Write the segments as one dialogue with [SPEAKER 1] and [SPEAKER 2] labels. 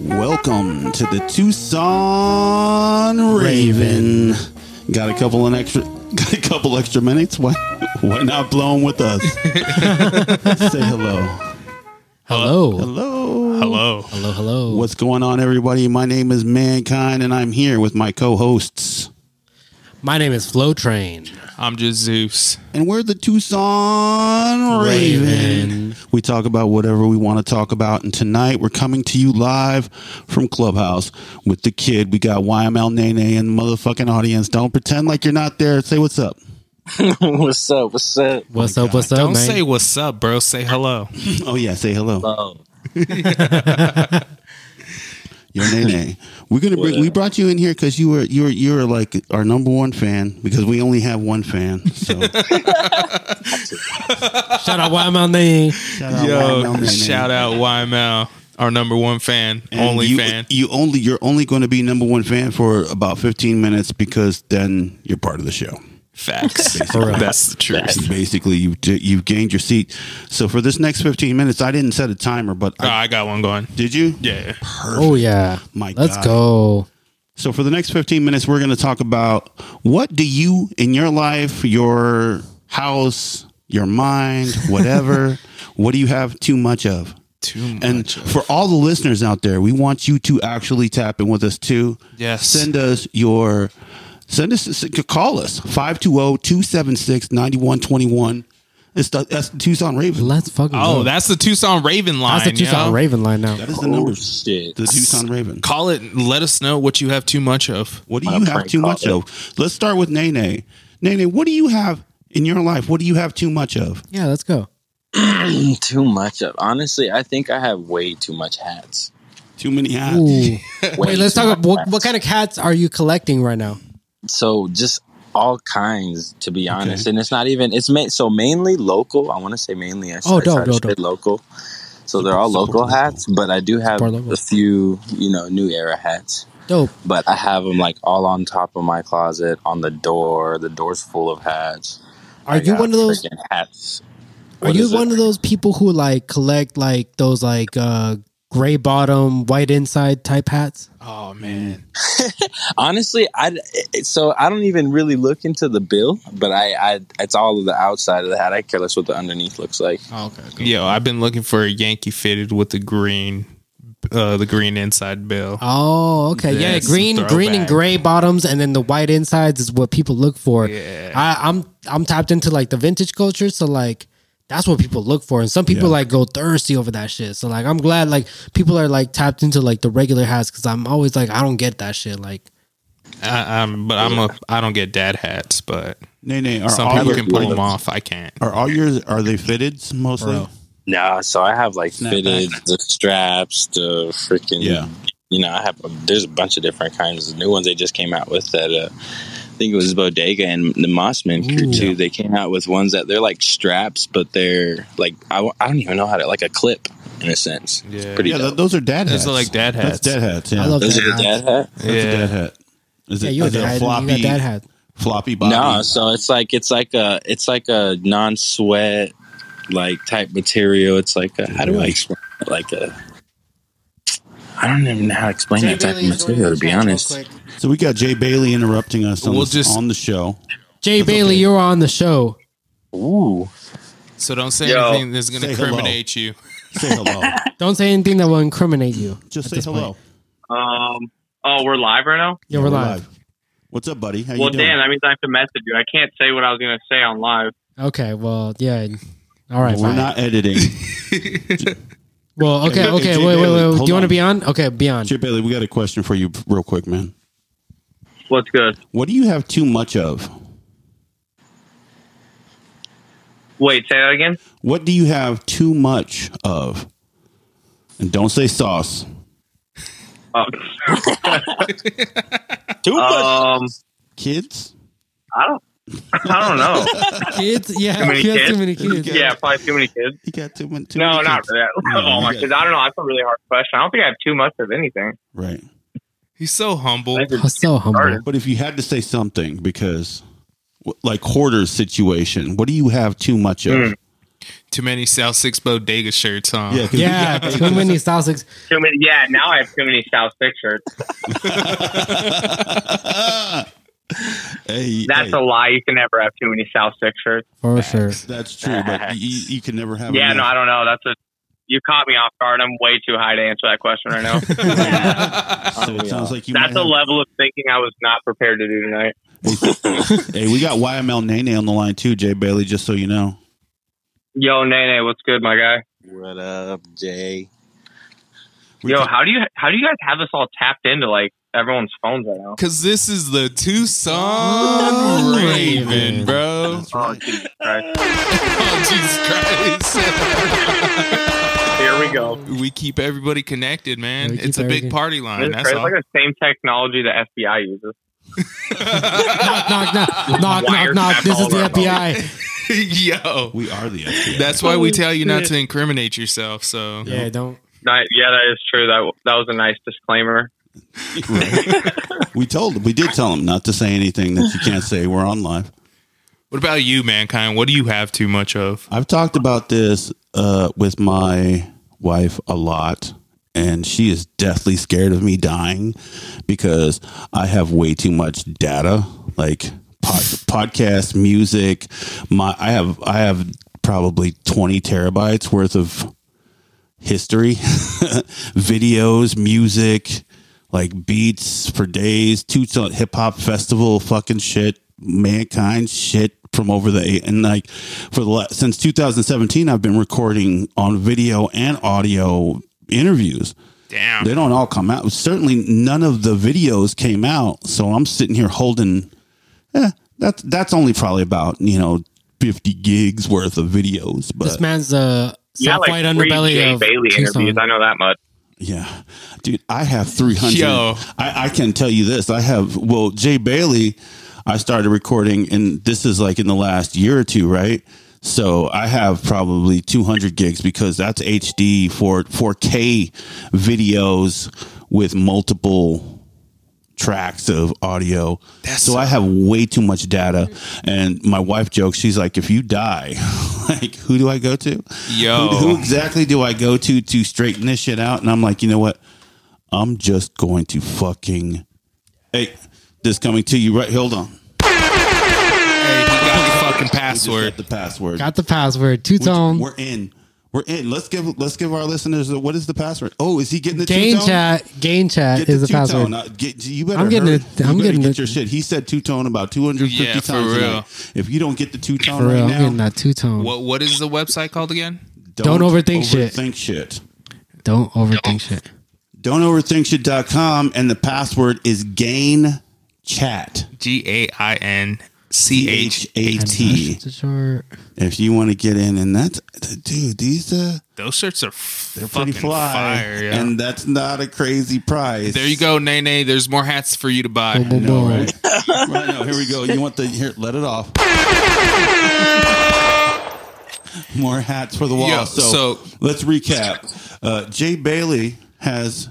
[SPEAKER 1] Welcome to the Tucson Raven. Got a couple of extra, got a couple extra minutes. Why, why not blowing with us? Say hello.
[SPEAKER 2] Hello.
[SPEAKER 1] Hello.
[SPEAKER 3] Hello.
[SPEAKER 2] Hello, hello.
[SPEAKER 1] What's going on, everybody? My name is Mankind, and I'm here with my co-hosts,
[SPEAKER 2] My name is Flow Train.
[SPEAKER 3] I'm just Zeus.
[SPEAKER 1] and we're the Tucson Raven. We talk about whatever we want to talk about, and tonight we're coming to you live from Clubhouse with the kid. We got YML Nene and motherfucking audience. Don't pretend like you're not there. Say what's up.
[SPEAKER 4] what's up? What's up?
[SPEAKER 2] What's up, what's up,
[SPEAKER 3] Don't
[SPEAKER 2] man?
[SPEAKER 3] say what's up, bro. Say hello.
[SPEAKER 1] Oh yeah, say hello.
[SPEAKER 4] Oh,
[SPEAKER 1] Yo, Nene. We're gonna bring,
[SPEAKER 4] Whatever.
[SPEAKER 1] we brought you in here because you were you were you were like our number one fan because we only have one fan. So
[SPEAKER 2] Shout out YML Name.
[SPEAKER 1] shout
[SPEAKER 3] Yo,
[SPEAKER 1] YML Nene.
[SPEAKER 3] shout out YML, our number one fan,
[SPEAKER 1] And
[SPEAKER 3] only
[SPEAKER 1] you, e-
[SPEAKER 3] fan.
[SPEAKER 1] You only you're only going to be number one fan for about 15 minutes because then you're part of the show.
[SPEAKER 3] Facts.
[SPEAKER 2] real.
[SPEAKER 3] That's the truth.
[SPEAKER 1] Basically, you you've gained your seat. So for this next 15 minutes, I didn't set a timer, but
[SPEAKER 3] Oh,
[SPEAKER 1] I,
[SPEAKER 3] I got one going.
[SPEAKER 1] did you?
[SPEAKER 3] Yeah.
[SPEAKER 2] Oh yeah.
[SPEAKER 1] My
[SPEAKER 2] Let's
[SPEAKER 1] God.
[SPEAKER 2] go.
[SPEAKER 1] So for the next 15 minutes, we're going to talk about what do you in your life, your house, your mind, whatever, what do you have too much of?
[SPEAKER 3] Too much.
[SPEAKER 1] And for all the listeners out there, we want you to actually tap in with us too.
[SPEAKER 3] Yes.
[SPEAKER 1] Send us your send us s- call us oh, 520-276-9121. It's the that's the Tucson Raven.
[SPEAKER 2] Let's fucking
[SPEAKER 3] oh,
[SPEAKER 2] go.
[SPEAKER 3] that's the Tucson Raven line.
[SPEAKER 2] that's the Tucson
[SPEAKER 3] yo.
[SPEAKER 2] Raven line now.
[SPEAKER 1] That is the
[SPEAKER 4] oh
[SPEAKER 1] number.
[SPEAKER 4] shit!
[SPEAKER 1] The Tucson Raven.
[SPEAKER 3] Call it. and Let us know what you have too much of.
[SPEAKER 1] What do
[SPEAKER 4] Wanna
[SPEAKER 1] you have
[SPEAKER 4] prank
[SPEAKER 1] too
[SPEAKER 4] call
[SPEAKER 1] much
[SPEAKER 4] it.
[SPEAKER 1] of? Let's start with Nene. Nene, what do you have in your life? What do you have too much of?
[SPEAKER 2] Yeah, let's go.
[SPEAKER 4] too much of honestly, I think I have way too much hats.
[SPEAKER 1] Too many hats.
[SPEAKER 2] Ooh. Wait, let's
[SPEAKER 4] too
[SPEAKER 2] talk
[SPEAKER 4] much
[SPEAKER 2] about what,
[SPEAKER 4] hats.
[SPEAKER 2] what kind of cats are you collecting right now?
[SPEAKER 4] So just all kinds, to be honest, and it's not even it's ma- so mainly local. I want to say mainly. I,
[SPEAKER 2] Oh,
[SPEAKER 4] I try
[SPEAKER 2] dope,
[SPEAKER 4] to
[SPEAKER 2] dope,
[SPEAKER 4] stay local. So they're all
[SPEAKER 1] Support
[SPEAKER 4] local
[SPEAKER 1] local.
[SPEAKER 4] hats, but I do have
[SPEAKER 2] Support local.
[SPEAKER 4] a few, you know, new era hats.
[SPEAKER 2] Dope.
[SPEAKER 4] But I have them like all on top of my closet, on the door. The door's full of hats.
[SPEAKER 2] Are
[SPEAKER 4] I
[SPEAKER 2] you
[SPEAKER 4] got
[SPEAKER 2] one of those
[SPEAKER 4] freaking hats?
[SPEAKER 2] are you one of those people who like collect like those like uh gray bottom, white inside type hats?
[SPEAKER 3] Oh man.
[SPEAKER 4] Honestly, I it- so I don't even really look into the bill, but I, I it's all of the outside of the hat. I care less what the underneath looks like.
[SPEAKER 2] okay.
[SPEAKER 3] Yo, I've been looking for a Yankee fitted with the green, uh, the green inside bill.
[SPEAKER 2] Oh, okay. Yeah,
[SPEAKER 3] That's
[SPEAKER 2] green,
[SPEAKER 3] a
[SPEAKER 2] green and
[SPEAKER 3] throwback.
[SPEAKER 2] gray bottoms, and then the white insides is what people look for.
[SPEAKER 3] Yeah.
[SPEAKER 2] I, I'm I'm tapped into like the vintage culture, so like that's what people look for, and some people
[SPEAKER 1] Yeah.
[SPEAKER 2] like go thirsty over that shit. So like I'm glad like people are like tapped into like the regular hats because I'm always like I don't get that shit. Like
[SPEAKER 3] I, I'm, but I'm a. I don't get dad hats, but
[SPEAKER 1] Nene, are
[SPEAKER 3] some
[SPEAKER 1] all
[SPEAKER 3] people
[SPEAKER 1] your,
[SPEAKER 3] can pull them off. I can't.
[SPEAKER 1] are all yours are they fitted mostly?
[SPEAKER 2] Bro.
[SPEAKER 4] Nah, so I have like
[SPEAKER 1] Snap
[SPEAKER 4] fitted
[SPEAKER 1] back.
[SPEAKER 4] the straps, the freaking
[SPEAKER 1] Yeah.
[SPEAKER 4] You know, I have there's a bunch of different kinds of new ones they just came out with that. Uh, I think it was Bodega and the Mossman crew
[SPEAKER 2] Ooh.
[SPEAKER 4] too. They came out with ones that they're like straps, but they're like I, I don't even know how to like a clip in a sense.
[SPEAKER 3] Yeah.
[SPEAKER 4] It's pretty
[SPEAKER 1] Yeah,
[SPEAKER 4] dope.
[SPEAKER 1] th- those are dad hats.
[SPEAKER 3] Those are like dad
[SPEAKER 1] That's
[SPEAKER 3] hats.
[SPEAKER 1] dad hats. Yeah.
[SPEAKER 2] I love
[SPEAKER 4] Those
[SPEAKER 2] dad
[SPEAKER 4] are
[SPEAKER 2] hats.
[SPEAKER 4] dad hat.
[SPEAKER 1] That's a dad hat. Is
[SPEAKER 2] yeah,
[SPEAKER 1] it,
[SPEAKER 2] you a
[SPEAKER 1] is it
[SPEAKER 2] dad,
[SPEAKER 1] a floppy
[SPEAKER 2] you got dad hat.
[SPEAKER 1] floppy body?
[SPEAKER 4] No, so it's like it's like a it's like a non sweat like type material. It's like a, how do I explain it? Like a I don't even know how to explain that type of material. To be honest,
[SPEAKER 1] So we got Jay Bailey interrupting us on,
[SPEAKER 3] We'll
[SPEAKER 1] the,
[SPEAKER 3] just-
[SPEAKER 1] on the show.
[SPEAKER 2] Jay Bailey, you're on the show.
[SPEAKER 4] ooh,
[SPEAKER 3] So don't say
[SPEAKER 4] Yo.
[SPEAKER 3] anything that's going
[SPEAKER 1] Say
[SPEAKER 3] to
[SPEAKER 1] hello.
[SPEAKER 3] incriminate you.
[SPEAKER 1] Say hello.
[SPEAKER 2] Don't say anything that will incriminate you.
[SPEAKER 1] Just
[SPEAKER 2] at
[SPEAKER 1] say
[SPEAKER 2] this
[SPEAKER 1] hello.
[SPEAKER 2] point.
[SPEAKER 5] Um. Oh, we're live right now.
[SPEAKER 2] Yeah, we're live.
[SPEAKER 1] What's up, buddy? How
[SPEAKER 5] well,
[SPEAKER 1] you doing?
[SPEAKER 5] damn, that means I have to message you. I can't say what I was gonna say on live.
[SPEAKER 2] Okay, well, yeah. All right,
[SPEAKER 1] We're
[SPEAKER 2] fine.
[SPEAKER 1] not editing.
[SPEAKER 2] Well, okay,
[SPEAKER 1] Hey,
[SPEAKER 2] okay,
[SPEAKER 1] hey, Jay
[SPEAKER 2] wait, wait,
[SPEAKER 1] Bailey,
[SPEAKER 2] wait. Do
[SPEAKER 1] hold
[SPEAKER 2] you
[SPEAKER 1] on.
[SPEAKER 2] want to be on? Okay, be on.
[SPEAKER 1] Jay Bailey, we got a question for you real quick, man.
[SPEAKER 5] What's good?
[SPEAKER 1] What do you have too much of?
[SPEAKER 5] Wait, say that again.
[SPEAKER 1] What do you have too much of? And don't say sauce.
[SPEAKER 5] Oh,
[SPEAKER 4] too
[SPEAKER 1] Uh,
[SPEAKER 5] um,
[SPEAKER 1] Kids?
[SPEAKER 5] I don't. Um, I don't know.
[SPEAKER 2] Kids, yeah,
[SPEAKER 5] Too many
[SPEAKER 2] he has
[SPEAKER 5] kids?
[SPEAKER 2] too many kids.
[SPEAKER 5] yeah, probably too many kids.
[SPEAKER 1] You got too much.
[SPEAKER 5] no, not really.
[SPEAKER 1] No,
[SPEAKER 5] oh my,
[SPEAKER 1] you
[SPEAKER 5] because I don't know. That's a really hard question. I don't think I have too much of anything.
[SPEAKER 1] Right.
[SPEAKER 3] He's so humble.
[SPEAKER 5] I just-
[SPEAKER 2] Oh, so humble.
[SPEAKER 5] Started.
[SPEAKER 1] But if you had to say
[SPEAKER 5] Mm.
[SPEAKER 1] something, because w- like hoarder situation, what do you have too much of?
[SPEAKER 3] Too many South Six Bodega shirts, huh?
[SPEAKER 1] Yeah, 'cause-
[SPEAKER 2] Yeah, too many South Six.
[SPEAKER 5] Too many. Yeah, now I have too many South Six shirts.
[SPEAKER 1] hey,
[SPEAKER 5] That's
[SPEAKER 1] hey,
[SPEAKER 5] a lie. You can never have too many South Six shirts.
[SPEAKER 2] For sure.
[SPEAKER 1] that's true, but you, you can never have.
[SPEAKER 5] Yeah, no,
[SPEAKER 1] enough.
[SPEAKER 5] I don't know. That's a. You caught me off guard. I'm way too high to answer that question right now.
[SPEAKER 1] so it sounds like you.
[SPEAKER 5] That's
[SPEAKER 1] might
[SPEAKER 5] a level of thinking I was not prepared to do tonight.
[SPEAKER 1] have, Hey, we got YML Nene on the line too, Jay Bailey. Just so you know.
[SPEAKER 5] Yo, Nene, what's good, my guy?
[SPEAKER 4] What up, Jay?
[SPEAKER 1] We
[SPEAKER 5] Yo,
[SPEAKER 1] talk-
[SPEAKER 5] how do you how do you guys have this all tapped into like everyone's phones right now?
[SPEAKER 3] Cause this is
[SPEAKER 2] Oh,
[SPEAKER 3] the Tucson Raven, bro.
[SPEAKER 1] That's
[SPEAKER 5] Oh,
[SPEAKER 1] right.
[SPEAKER 5] Jesus Christ.
[SPEAKER 3] Oh, Jesus Christ.
[SPEAKER 5] Here we go.
[SPEAKER 3] we keep everybody connected, man.
[SPEAKER 2] Yeah, we keep
[SPEAKER 3] it's a big
[SPEAKER 2] everything-
[SPEAKER 3] party
[SPEAKER 5] This
[SPEAKER 3] line.
[SPEAKER 5] is
[SPEAKER 3] That's
[SPEAKER 5] crazy. It's
[SPEAKER 3] all.
[SPEAKER 5] like the same technology the FBI uses.
[SPEAKER 2] Knock, knock, knock, knock, knock,
[SPEAKER 5] Wiretap
[SPEAKER 2] knock. This is
[SPEAKER 5] all
[SPEAKER 2] the
[SPEAKER 5] around.
[SPEAKER 2] FBI.
[SPEAKER 3] Yo,
[SPEAKER 1] We are the FBI.
[SPEAKER 3] that's why we
[SPEAKER 2] Holy
[SPEAKER 3] tell you not
[SPEAKER 2] shit.
[SPEAKER 3] to incriminate yourself. So
[SPEAKER 2] Yeah, don't.
[SPEAKER 5] That, yeah, that is true. That that was a nice disclaimer.
[SPEAKER 1] Right. we told him. We did tell him not to say anything that you can't say. We're on live.
[SPEAKER 3] What about you, mankind? What do you have too much of?
[SPEAKER 1] I've talked about this uh, with my wife a lot, and she is deathly scared of me dying because I have way too much data, like pod, podcast, music. My I have I have probably twenty terabytes worth of history, videos, music, like beats for days, two hip hop festival fucking shit, mankind shit from over the eight. And like for the last, since 2017, I've been recording on video and audio interviews.
[SPEAKER 3] Damn.
[SPEAKER 1] They don't all come out. Certainly none of the videos came out. So I'm sitting here holding, eh, that's, that's only probably about, you know, 50 gigs worth of videos. But
[SPEAKER 2] This man's the
[SPEAKER 5] Yeah,
[SPEAKER 2] South White
[SPEAKER 5] like three
[SPEAKER 2] Underbelly
[SPEAKER 5] Jay
[SPEAKER 2] of
[SPEAKER 5] Bailey
[SPEAKER 2] Tucson.
[SPEAKER 5] interviews. I know that much.
[SPEAKER 1] Yeah, dude, I have 300.
[SPEAKER 3] Yo.
[SPEAKER 1] I, I can tell you this. I have, well, Jay Bailey, I started recording, and this is like in the last year or two, right? So I have probably 200 gigs because that's HD for 4K videos with multiple tracks of audio.
[SPEAKER 3] That's
[SPEAKER 1] so I have way too much data. And my wife jokes, she's like, if you die, like, who do I go to?
[SPEAKER 3] Yo.
[SPEAKER 1] Who, who exactly do I go to to straighten this shit out? And I'm like, you know what? I'm just going to fucking. Hey, this coming to you right. Hold on.
[SPEAKER 3] Hey, he got the fucking
[SPEAKER 1] We just
[SPEAKER 3] password.
[SPEAKER 1] got the password.
[SPEAKER 2] Got the password.
[SPEAKER 1] We ju-
[SPEAKER 2] Two-tone.
[SPEAKER 1] We're in. We're in. Let's give. Let's give our listeners. The, what is the password? Oh, is he getting the
[SPEAKER 2] Gain
[SPEAKER 1] two-tone?
[SPEAKER 2] chat. Gain chat
[SPEAKER 1] Get
[SPEAKER 2] is
[SPEAKER 1] the
[SPEAKER 2] the password.
[SPEAKER 1] two-tone. Uh, get- you better.
[SPEAKER 2] I'm getting
[SPEAKER 1] hurry.
[SPEAKER 2] it.
[SPEAKER 1] You
[SPEAKER 2] I'm
[SPEAKER 1] better
[SPEAKER 2] getting
[SPEAKER 1] get
[SPEAKER 2] it.
[SPEAKER 1] your shit. He said two tone about 250
[SPEAKER 3] Yeah,
[SPEAKER 1] times.
[SPEAKER 3] for
[SPEAKER 1] tonight.
[SPEAKER 3] real.
[SPEAKER 1] If you don't get the two tone
[SPEAKER 2] For
[SPEAKER 1] right
[SPEAKER 2] real, I'm
[SPEAKER 1] now,
[SPEAKER 2] getting that two-tone.
[SPEAKER 3] What What is the website called again?
[SPEAKER 2] Don't overthink shit.
[SPEAKER 1] Overthink shit.
[SPEAKER 2] Don't overthink shit.
[SPEAKER 1] Don't overthink shit.com and the password is gain chat.
[SPEAKER 3] G A I N C H.
[SPEAKER 1] T.
[SPEAKER 2] It's short.
[SPEAKER 1] If you want to get in, and that's dude, these uh,
[SPEAKER 3] Those shirts are
[SPEAKER 1] they're pretty
[SPEAKER 3] fucking
[SPEAKER 1] fly,
[SPEAKER 3] fire. Yeah.
[SPEAKER 1] and that's not a crazy price.
[SPEAKER 3] there you go, Nene. There's more hats for you to
[SPEAKER 2] Boom,
[SPEAKER 3] buy.
[SPEAKER 2] boom, boom.
[SPEAKER 1] right now, here we go. You want the here? Let it off. More hats for the wall.
[SPEAKER 3] Yeah,
[SPEAKER 1] Oh, so,
[SPEAKER 3] so-
[SPEAKER 1] let's recap. Uh, Jay Bailey has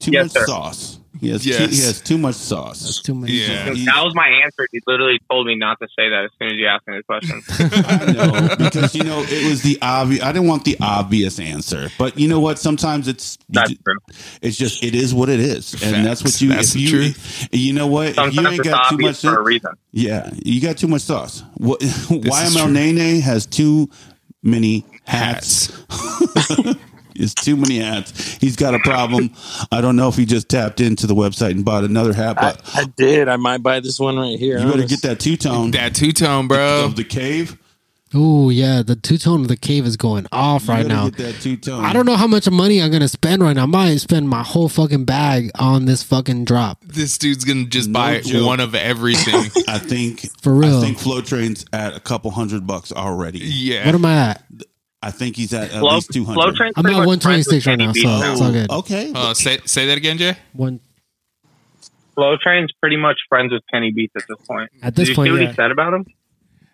[SPEAKER 1] too
[SPEAKER 5] Yes,
[SPEAKER 1] much
[SPEAKER 5] sir.
[SPEAKER 1] sauce. He has, too,
[SPEAKER 3] Yes.
[SPEAKER 1] he has too much sauce.
[SPEAKER 2] That's too much.
[SPEAKER 3] Yeah.
[SPEAKER 1] He-
[SPEAKER 5] That was my answer. You literally told me not to say that as soon as you asked me the question.
[SPEAKER 1] I know because you know it was the obvious. I didn't want the obvious answer, but you know what? Sometimes it's
[SPEAKER 5] That's true.
[SPEAKER 1] it's just it is what it is, and that's
[SPEAKER 3] Facts.
[SPEAKER 1] what you.
[SPEAKER 3] That's
[SPEAKER 1] if
[SPEAKER 3] the
[SPEAKER 1] you,
[SPEAKER 3] truth.
[SPEAKER 1] You know what? If you
[SPEAKER 5] Sometimes
[SPEAKER 1] ain't
[SPEAKER 5] it's
[SPEAKER 1] got too
[SPEAKER 5] obvious
[SPEAKER 1] much.
[SPEAKER 5] for a
[SPEAKER 1] Sauce,
[SPEAKER 5] reason.
[SPEAKER 1] yeah, you got too much sauce. What?
[SPEAKER 3] is
[SPEAKER 1] YML
[SPEAKER 3] true.
[SPEAKER 1] Nene has too many hats. It's too many hats. He's got a problem. I don't know if he just tapped into the website and bought another hat,
[SPEAKER 4] I,
[SPEAKER 1] but
[SPEAKER 4] I did. I might buy this one right here.
[SPEAKER 1] you better
[SPEAKER 4] honest.
[SPEAKER 1] get that two tone
[SPEAKER 3] That two tone, bro.
[SPEAKER 1] of the cave.
[SPEAKER 2] Oh yeah, the two tone of the cave is going off
[SPEAKER 1] You
[SPEAKER 2] right
[SPEAKER 1] better
[SPEAKER 2] now.
[SPEAKER 1] get that two tone.
[SPEAKER 2] I don't know how much money I'm gonna spend right now. I might spend my whole fucking bag on this fucking drop.
[SPEAKER 3] This dude's gonna just
[SPEAKER 1] No
[SPEAKER 3] buy
[SPEAKER 1] joke.
[SPEAKER 3] one of everything.
[SPEAKER 1] I think
[SPEAKER 2] For real.
[SPEAKER 1] I think Flow Train's at a couple hundred bucks already.
[SPEAKER 3] yeah.
[SPEAKER 2] What am I at?
[SPEAKER 1] I think he's at at
[SPEAKER 5] Flow,
[SPEAKER 1] least two
[SPEAKER 5] flow
[SPEAKER 1] hundred. Oh,
[SPEAKER 5] train's
[SPEAKER 2] I'm
[SPEAKER 5] pretty
[SPEAKER 2] at
[SPEAKER 5] much friends
[SPEAKER 2] 126
[SPEAKER 5] with
[SPEAKER 2] right
[SPEAKER 5] Kenny
[SPEAKER 2] now,
[SPEAKER 5] Beats
[SPEAKER 2] so it's all good.
[SPEAKER 1] Okay.
[SPEAKER 3] uh, say say that again, Jay.
[SPEAKER 2] One
[SPEAKER 5] Flow Train's pretty much friends with Kenny Beats at this point.
[SPEAKER 2] at this
[SPEAKER 5] Did you see
[SPEAKER 2] point.
[SPEAKER 5] what
[SPEAKER 2] Yeah.
[SPEAKER 5] he said about him?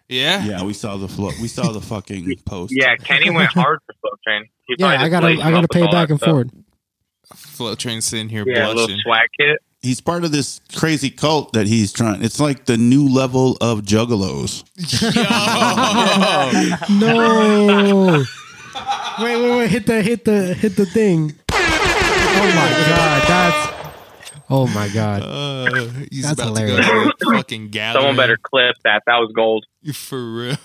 [SPEAKER 3] Yeah.
[SPEAKER 1] yeah, we saw the flow. We saw the fucking post.
[SPEAKER 5] Yeah, Kenny went hard for Flow Train. He
[SPEAKER 2] Yeah,
[SPEAKER 5] probably
[SPEAKER 2] I
[SPEAKER 5] just
[SPEAKER 2] gotta
[SPEAKER 5] laced him
[SPEAKER 2] I
[SPEAKER 5] up
[SPEAKER 2] gotta
[SPEAKER 5] with
[SPEAKER 2] pay
[SPEAKER 5] all
[SPEAKER 2] back
[SPEAKER 5] that
[SPEAKER 2] and
[SPEAKER 5] stuff.
[SPEAKER 2] forward.
[SPEAKER 3] Flow train sitting here
[SPEAKER 5] Yeah, a little
[SPEAKER 3] blushing.
[SPEAKER 5] swag kit.
[SPEAKER 1] he's part of this crazy cult that he's trying. It's like the new level of juggalos.
[SPEAKER 2] No. wait, wait, wait! Hit the, hit the, hit the thing. Oh my god, that's. Oh my god.
[SPEAKER 3] Uh, he's
[SPEAKER 2] That's
[SPEAKER 3] about
[SPEAKER 2] hilarious.
[SPEAKER 3] to go to a fucking gathering.
[SPEAKER 5] Someone better clip that. That was gold.
[SPEAKER 3] for real.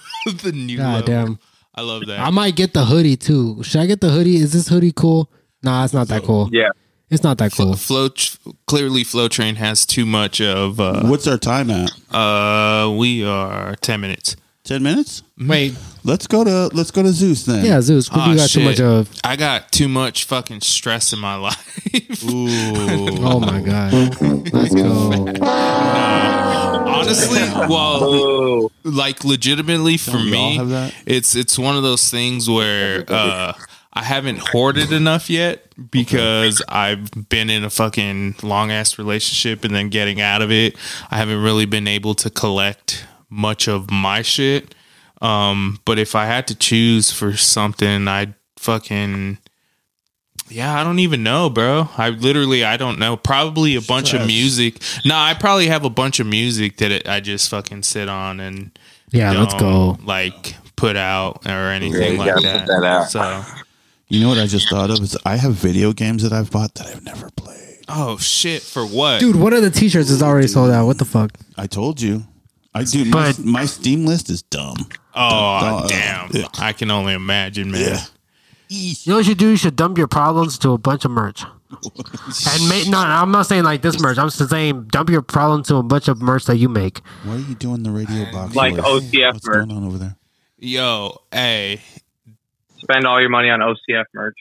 [SPEAKER 3] the new
[SPEAKER 2] God
[SPEAKER 3] level.
[SPEAKER 2] damn.
[SPEAKER 3] I love that.
[SPEAKER 2] I might get the hoodie too. Should I get the hoodie? Is this hoodie cool? Nah, it's not that cool.
[SPEAKER 5] Yeah.
[SPEAKER 2] It's not that cool.
[SPEAKER 3] Flow clearly, Flow Train has too much of. Uh,
[SPEAKER 1] What's our time at?
[SPEAKER 3] uh, we are ten minutes.
[SPEAKER 1] Ten minutes.
[SPEAKER 2] Wait.
[SPEAKER 1] Let's go to let's go to Zeus then.
[SPEAKER 2] Yeah, Zeus, what do
[SPEAKER 3] Ah,
[SPEAKER 2] you got too
[SPEAKER 3] shit.
[SPEAKER 2] much of?
[SPEAKER 3] I got too much fucking stress in my life.
[SPEAKER 1] Ooh.
[SPEAKER 2] Oh my god. Let's go.
[SPEAKER 3] Honestly, well,
[SPEAKER 5] Oh,
[SPEAKER 3] like legitimately for
[SPEAKER 1] we all
[SPEAKER 3] me,
[SPEAKER 1] have that?
[SPEAKER 3] it's it's one of those things where uh, I haven't hoarded enough yet because I've been in a fucking long ass relationship and then getting out of it. I haven't really been able to collect much of my shit. Um, but if I had to choose for something, I'd fucking yeah, I don't even know, bro. I literally I don't know. Probably a bunch of music. No, I probably have a bunch of music that it, I just fucking sit on and
[SPEAKER 2] Yeah, let's go.
[SPEAKER 3] don't, Like put out or anything
[SPEAKER 4] you
[SPEAKER 3] like
[SPEAKER 4] gotta
[SPEAKER 3] that.
[SPEAKER 4] put that out.
[SPEAKER 3] So
[SPEAKER 1] You know what I just thought of is I have video games that I've bought that I've never played.
[SPEAKER 3] oh shit, for what?
[SPEAKER 2] Dude, one of the t-shirts is already sold out. What the fuck?
[SPEAKER 1] I told you. I do. My, my Steam list is dumb.
[SPEAKER 3] oh
[SPEAKER 1] uh,
[SPEAKER 3] damn.
[SPEAKER 1] yeah.
[SPEAKER 3] I can only imagine, man.
[SPEAKER 1] Yeah.
[SPEAKER 2] You know what you should do? You should dump your problems to a bunch of merch. and make no, I'm not saying like this merch. I'm just saying dump your problems to a bunch of merch that you make.
[SPEAKER 1] Why are you doing the radio box?
[SPEAKER 5] Like
[SPEAKER 1] voice?
[SPEAKER 5] OCF
[SPEAKER 1] What's
[SPEAKER 5] merch.
[SPEAKER 1] going on over there?
[SPEAKER 3] Yo, hey,
[SPEAKER 5] spend all your money on OCF merch.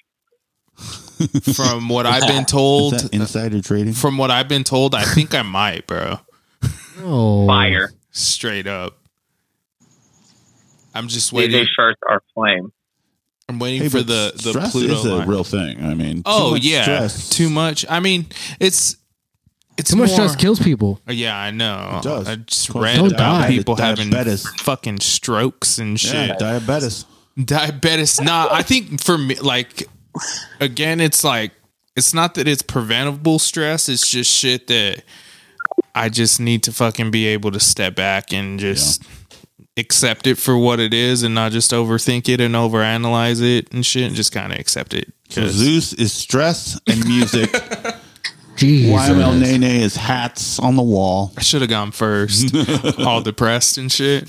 [SPEAKER 3] from what I've been
[SPEAKER 1] Is
[SPEAKER 3] told
[SPEAKER 1] that insider trading?
[SPEAKER 3] from what I've been told, I think I might, bro.
[SPEAKER 2] Oh,
[SPEAKER 5] Fire.
[SPEAKER 3] Straight up. I'm just
[SPEAKER 5] DJ
[SPEAKER 3] waiting.
[SPEAKER 5] shirts are flame.
[SPEAKER 3] I'm waiting
[SPEAKER 1] Hey,
[SPEAKER 3] for
[SPEAKER 1] but
[SPEAKER 3] the the
[SPEAKER 1] stress
[SPEAKER 3] Pluto.
[SPEAKER 1] is a
[SPEAKER 3] line.
[SPEAKER 1] real thing. I mean, too
[SPEAKER 3] oh
[SPEAKER 1] much
[SPEAKER 3] yeah,
[SPEAKER 1] stress.
[SPEAKER 3] too much. I mean, it's it's
[SPEAKER 2] Too much
[SPEAKER 3] more-
[SPEAKER 2] stress kills people.
[SPEAKER 3] Yeah, I know.
[SPEAKER 1] It does.
[SPEAKER 3] I just
[SPEAKER 1] Cause
[SPEAKER 3] read
[SPEAKER 2] don't
[SPEAKER 3] about
[SPEAKER 2] die.
[SPEAKER 3] people having
[SPEAKER 1] Diabetes.
[SPEAKER 3] fucking strokes and shit.
[SPEAKER 1] Yeah, diabetes.
[SPEAKER 3] Diabetes. Nah, I think for me, like, again, it's like it's not that it's preventable stress. It's just shit that I just need to fucking be able to step back and just accept it for what it is, and not just overthink it and overanalyze it and shit, and just kind of accept it.
[SPEAKER 1] So
[SPEAKER 3] 'Cause-
[SPEAKER 1] Zeus is stress and music.
[SPEAKER 2] Jesus.
[SPEAKER 1] YML Nene is hats on the wall.
[SPEAKER 3] I should have gone first. All depressed and shit.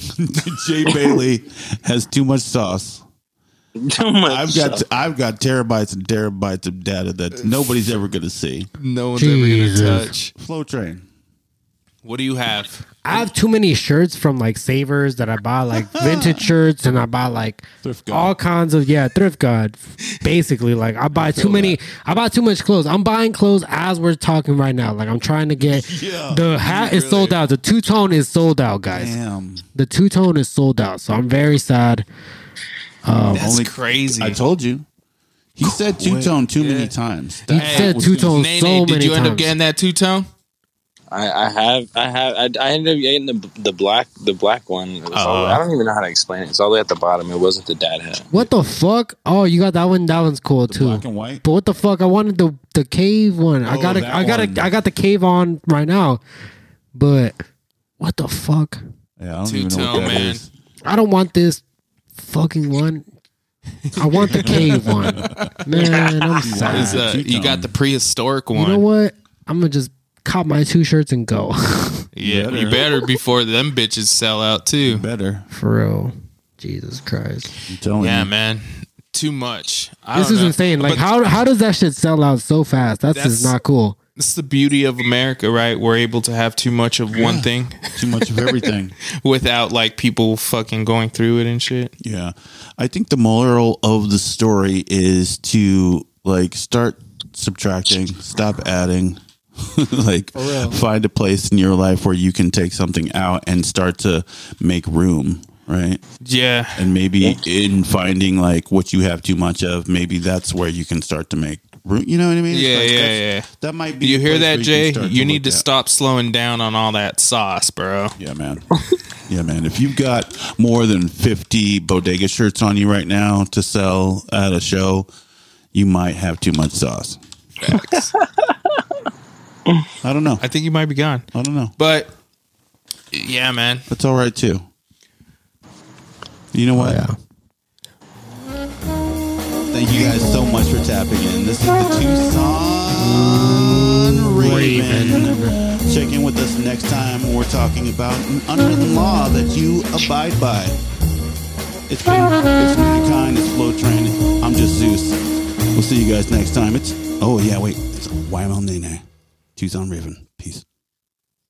[SPEAKER 1] Jay Bailey has too much sauce.
[SPEAKER 4] Too much.
[SPEAKER 1] I've got I've got terabytes and terabytes of data that nobody's ever going to see.
[SPEAKER 3] No one's ever gonna
[SPEAKER 2] Jesus.
[SPEAKER 3] touch.
[SPEAKER 1] Flow train.
[SPEAKER 3] What do you have?
[SPEAKER 2] I have too many shirts from like Savers that I buy like vintage shirts and I buy like
[SPEAKER 1] Thrift God.
[SPEAKER 2] all kinds of yeah thrift god. Basically, like I buy too many. I buy too much clothes. I'm buying clothes as we're talking right now. Like I'm trying to get
[SPEAKER 1] Yeah,
[SPEAKER 2] the hat is sold out. The two tone is sold out, guys.
[SPEAKER 1] Damn.
[SPEAKER 2] The two tone is sold out. So I'm very sad. Um,
[SPEAKER 3] That's
[SPEAKER 1] only-
[SPEAKER 3] crazy.
[SPEAKER 1] I told you. He said two tone too many times.
[SPEAKER 2] He said two tone
[SPEAKER 3] Nene,
[SPEAKER 2] so
[SPEAKER 3] did
[SPEAKER 2] many
[SPEAKER 3] you end
[SPEAKER 2] times.
[SPEAKER 3] up getting that two tone?
[SPEAKER 4] I, I have, I have, I, I ended up getting the the black, the black one. It was all-
[SPEAKER 1] Uh-huh.
[SPEAKER 3] Uh.
[SPEAKER 4] I don't even know how to explain it. It's all the way at the bottom. It wasn't the dad hat.
[SPEAKER 2] What the fuck? Oh, you got that one. That one's cool too.
[SPEAKER 1] Black and white.
[SPEAKER 2] But what the fuck? I wanted the the cave one. I
[SPEAKER 1] Oh,
[SPEAKER 2] got
[SPEAKER 1] that
[SPEAKER 2] a, I got
[SPEAKER 1] one.
[SPEAKER 2] a, I got the cave on right now. But what the fuck?
[SPEAKER 1] Yeah, I don't even know what
[SPEAKER 3] Two-tone,
[SPEAKER 1] that
[SPEAKER 3] man.
[SPEAKER 1] is.
[SPEAKER 2] I don't want this fucking one. I want the cave one. Man, I'm
[SPEAKER 1] What
[SPEAKER 2] sad.
[SPEAKER 1] is
[SPEAKER 3] Is, uh,
[SPEAKER 1] two-tone.
[SPEAKER 3] you got the prehistoric one.
[SPEAKER 2] You know what? I'm gonna just cop my two shirts and go.
[SPEAKER 3] Yeah,
[SPEAKER 1] Better.
[SPEAKER 3] you better before them bitches sell out too.
[SPEAKER 1] Better.
[SPEAKER 2] For real. Jesus Christ.
[SPEAKER 1] I'm telling
[SPEAKER 3] Yeah,
[SPEAKER 1] you.
[SPEAKER 3] man. Too much. I
[SPEAKER 2] This
[SPEAKER 3] don't
[SPEAKER 2] is
[SPEAKER 3] know.
[SPEAKER 2] insane. Like
[SPEAKER 3] But
[SPEAKER 2] how how does that shit sell out so fast? That's,
[SPEAKER 3] That's-
[SPEAKER 2] just not cool.
[SPEAKER 3] That's the beauty of America, right? We're able to have too much of one thing
[SPEAKER 1] Too much of everything.
[SPEAKER 3] without like people fucking going through it and shit.
[SPEAKER 1] Yeah. I think the moral of the story is to like start subtracting, stop adding. like find a place in your life where you can take something out and start to make room, right?
[SPEAKER 3] Yeah.
[SPEAKER 1] And maybe in finding like what you have too much of, maybe that's where you can start to make room. You know what I mean? It's
[SPEAKER 3] Yeah,
[SPEAKER 1] like,
[SPEAKER 3] yeah,
[SPEAKER 1] that's-
[SPEAKER 3] yeah.
[SPEAKER 1] That might be
[SPEAKER 3] You
[SPEAKER 1] a
[SPEAKER 3] hear
[SPEAKER 1] place where can
[SPEAKER 3] that, Jay?
[SPEAKER 1] start
[SPEAKER 3] You need to
[SPEAKER 1] look at-
[SPEAKER 3] stop slowing down on all that sauce, bro.
[SPEAKER 1] Yeah, man. Yeah, man. If you've got more than 50 bodega shirts on you right now to sell at a show, you might have too much sauce. I don't know.
[SPEAKER 3] I think you might be gone.
[SPEAKER 1] I don't know.
[SPEAKER 3] But yeah, man.
[SPEAKER 1] That's all right too. You know what?
[SPEAKER 6] yeah.
[SPEAKER 1] Thank you guys so much for tapping in. This is the Tucson Raven. Check in with us next time. when We're talking about an unwritten law that you abide by. It's been, it's mankind, it's flow train. I'm just Zeus. We'll see you guys next time. It's oh yeah, wait, it's YML Nene, Tucson Raven.